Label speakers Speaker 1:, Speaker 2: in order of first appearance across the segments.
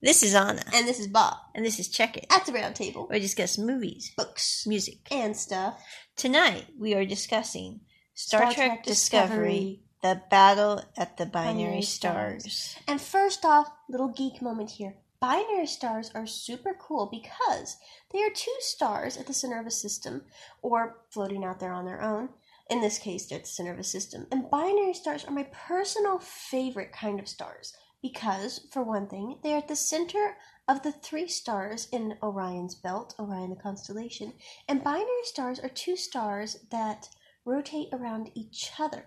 Speaker 1: This is Anna.
Speaker 2: And this is Bob
Speaker 1: And this is Check It.
Speaker 2: at the round table.
Speaker 1: We discuss movies,
Speaker 2: Books
Speaker 1: music.
Speaker 2: and stuff.
Speaker 1: Tonight we are discussing Star,
Speaker 2: Star
Speaker 1: Trek,
Speaker 2: Trek
Speaker 1: Discovery, The Battle at the Binary,
Speaker 2: Binary
Speaker 1: Stars.
Speaker 2: Stars. And first off, little geek moment here. Binary stars are super cool because they are two stars at the center of a system or floating out there on their own. In this case, they're at the center of a system. And binary stars are my personal favorite kind of stars because, for one thing, they are at the center of the three stars in Orion's belt, Orion the constellation. And binary stars are two stars that rotate around each other.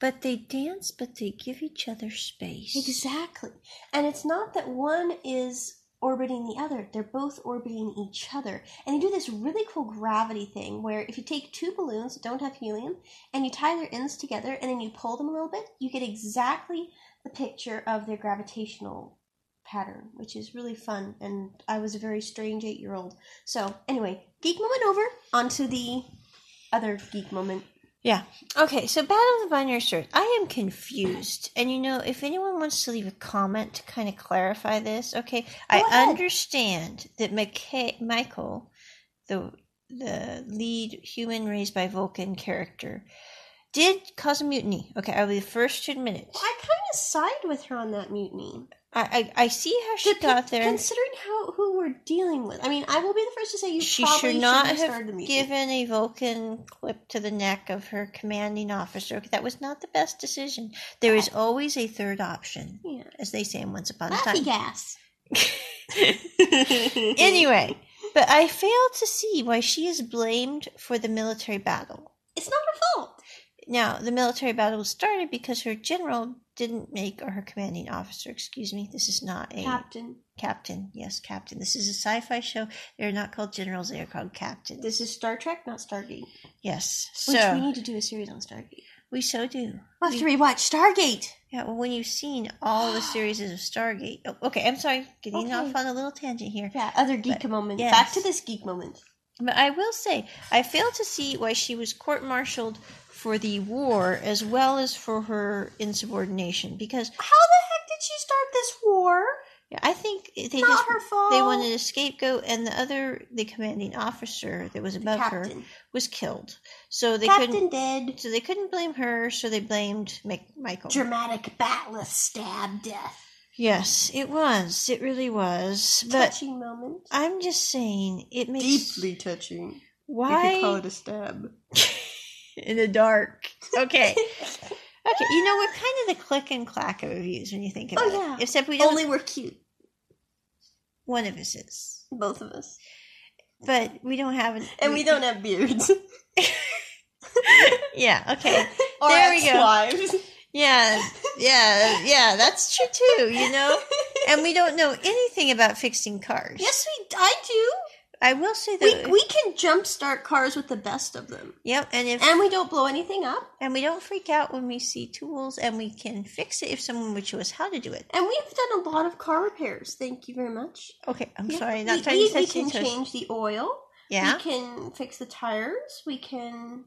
Speaker 1: But they dance, but they give each other space.
Speaker 2: Exactly. And it's not that one is orbiting the other, they're both orbiting each other. And they do this really cool gravity thing where if you take two balloons that don't have helium and you tie their ends together and then you pull them a little bit, you get exactly the picture of their gravitational pattern, which is really fun. And I was a very strange eight year old. So, anyway, geek moment over, onto the other geek moment.
Speaker 1: Okay, so Battle of the Binary Stars. I am confused. And you know, if anyone wants to leave a comment to kind of clarify this, okay, I
Speaker 2: ahead.
Speaker 1: understand that McKay, Michael, the the lead human raised by Vulcan character, did cause a mutiny. Okay, I'll be the first to admit it.
Speaker 2: I kind of side with her on that mutiny.
Speaker 1: I, I, I see how she
Speaker 2: Depi-
Speaker 1: got there.
Speaker 2: Considering how who we're dealing with, I mean, I will be the first to say you
Speaker 1: she
Speaker 2: probably
Speaker 1: should not
Speaker 2: shouldn't
Speaker 1: have
Speaker 2: started the meeting.
Speaker 1: given a Vulcan clip to the neck of her commanding officer. That was not the best decision. There is always a third option,
Speaker 2: Yeah.
Speaker 1: as they say in Once Upon a Time.
Speaker 2: Laffy gas.
Speaker 1: anyway, but I fail to see why she is blamed for the military battle.
Speaker 2: it's not her fault.
Speaker 1: Now, the military battle started because her general didn't make, or her commanding officer, excuse me, this is not a
Speaker 2: Captain,
Speaker 1: captain. Yes, captain. This is a sci fi show. They're not called generals, they are called captains.
Speaker 2: this is Star Trek, not Stargate.
Speaker 1: Yes.
Speaker 2: Which we
Speaker 1: So
Speaker 2: need to do a series on Stargate.
Speaker 1: we so do.
Speaker 2: We'll have to rewatch Stargate.
Speaker 1: Yeah, well, when you've seen all the series of Stargate. Oh, okay, I'm sorry, getting
Speaker 2: Okay.
Speaker 1: off on a little tangent here.
Speaker 2: Yeah, other geek moment.
Speaker 1: yes.
Speaker 2: Back to this geek moment.
Speaker 1: But I will say, I fail to see why she was court martialed for the war as well as for her insubordination. Because
Speaker 2: How the heck did she start this war?
Speaker 1: yeah, I think they
Speaker 2: not
Speaker 1: just.
Speaker 2: her fault.
Speaker 1: They wanted a scapegoat, and the other, the commanding officer that was above her,
Speaker 2: captain.
Speaker 1: was killed. So they
Speaker 2: Captain
Speaker 1: couldn't.
Speaker 2: dead.
Speaker 1: So they couldn't blame her. So they blamed Mc- Michael.
Speaker 2: Dramatic batless stab death.
Speaker 1: yes, it was. It really was. But
Speaker 2: Touching moment.
Speaker 1: I'm just saying, it makes
Speaker 2: touching.
Speaker 1: why
Speaker 2: a stab.
Speaker 1: in the dark. Okay. Okay, you know we're kind of the click and clack of reviews when you think about
Speaker 2: Oh,
Speaker 1: it.
Speaker 2: yeah.
Speaker 1: Except we don't.
Speaker 2: Only we're cute,
Speaker 1: one of us is,
Speaker 2: both of us,
Speaker 1: but we don't have. An,
Speaker 2: and we don't have beards.
Speaker 1: Yeah. Okay.
Speaker 2: Or
Speaker 1: There we go.
Speaker 2: ex-wives.
Speaker 1: Yeah. Yeah. Yeah. That's true too. You know. And we don't know anything about fixing cars.
Speaker 2: Yes, we. I do.
Speaker 1: I will say that.
Speaker 2: We we can jumpstart cars with the best of them,
Speaker 1: yep. And if
Speaker 2: and we don't blow anything up,
Speaker 1: and we don't freak out when we see tools, and we can fix it if someone would show us how to do it.
Speaker 2: and we've done a lot of car repairs. Thank you very much.
Speaker 1: Okay. I'm
Speaker 2: Yeah.
Speaker 1: sorry. Not
Speaker 2: we,
Speaker 1: trying
Speaker 2: we,
Speaker 1: to
Speaker 2: we
Speaker 1: touch
Speaker 2: can
Speaker 1: into us.
Speaker 2: change the oil.
Speaker 1: Yeah.
Speaker 2: We can fix the tires. We can.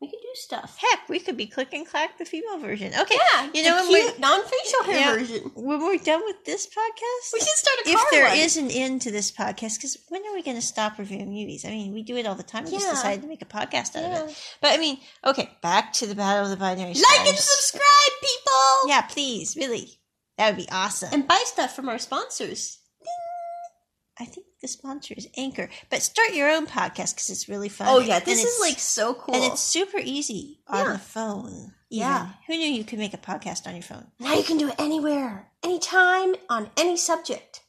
Speaker 2: We can do stuff.
Speaker 1: Heck, we could be click and clack the female version. Okay.
Speaker 2: Yeah,
Speaker 1: You know
Speaker 2: the
Speaker 1: when we-
Speaker 2: cute non-facial hair
Speaker 1: Yeah.
Speaker 2: version.
Speaker 1: When we're done with this podcast,
Speaker 2: We should start a car
Speaker 1: if there
Speaker 2: one.
Speaker 1: is an end to this podcast, because when are we going to stop reviewing movies? I mean, we do it all the time. We just
Speaker 2: Yeah.
Speaker 1: decided to make a podcast out of
Speaker 2: Yeah.
Speaker 1: it. But I mean, okay, back to the Battle of the Binary
Speaker 2: Like and
Speaker 1: Stars.
Speaker 2: subscribe, people!
Speaker 1: Yeah, please, really. That would be awesome.
Speaker 2: And buy stuff from our sponsors.
Speaker 1: I think the sponsor is Anchor. But start your own podcast because it's really fun.
Speaker 2: Oh, yeah,
Speaker 1: And
Speaker 2: this
Speaker 1: it's-
Speaker 2: is like so cool.
Speaker 1: And it's super easy on
Speaker 2: Yeah.
Speaker 1: the phone.
Speaker 2: Yeah.
Speaker 1: even. Who knew you could make a podcast on your phone?
Speaker 2: now you can do it anywhere, anytime, on any subject.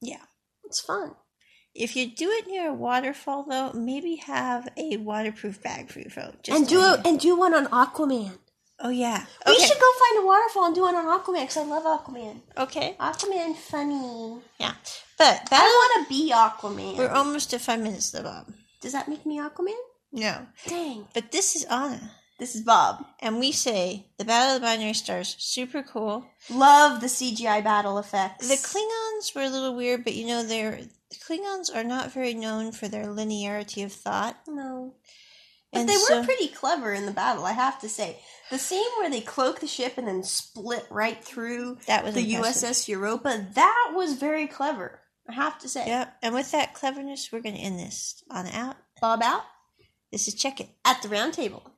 Speaker 1: Yeah.
Speaker 2: It's fun.
Speaker 1: If you do it near a waterfall, though, maybe have a waterproof bag for your phone. Just
Speaker 2: and do
Speaker 1: saying.
Speaker 2: a, and do one on Aquaman.
Speaker 1: Oh yeah.
Speaker 2: We should go find a waterfall and do one on Aquaman because I love Aquaman.
Speaker 1: Okay.
Speaker 2: Aquaman funny.
Speaker 1: Yeah. But
Speaker 2: I
Speaker 1: that
Speaker 2: want to be Aquaman.
Speaker 1: we're almost at five minutes though, Bob.
Speaker 2: Does that make me Aquaman?
Speaker 1: No.
Speaker 2: Dang.
Speaker 1: But this is Anna.
Speaker 2: This is Bob.
Speaker 1: And we say the Battle of the Binary Stars, super cool.
Speaker 2: Love the CGI battle effects.
Speaker 1: The Klingons were a little weird, but you know they're the Klingons are not very known for their linearity of thought.
Speaker 2: No. But
Speaker 1: And
Speaker 2: they
Speaker 1: so-
Speaker 2: were pretty clever in the battle, I have to say. The scene where they cloak the ship and then split right through
Speaker 1: That was
Speaker 2: the
Speaker 1: impressive.
Speaker 2: USS Europa, that was very clever, I have to say.
Speaker 1: Yep. And with that cleverness, we're going to end this on out.
Speaker 2: Bob out
Speaker 1: This is Check It.
Speaker 2: at the round table.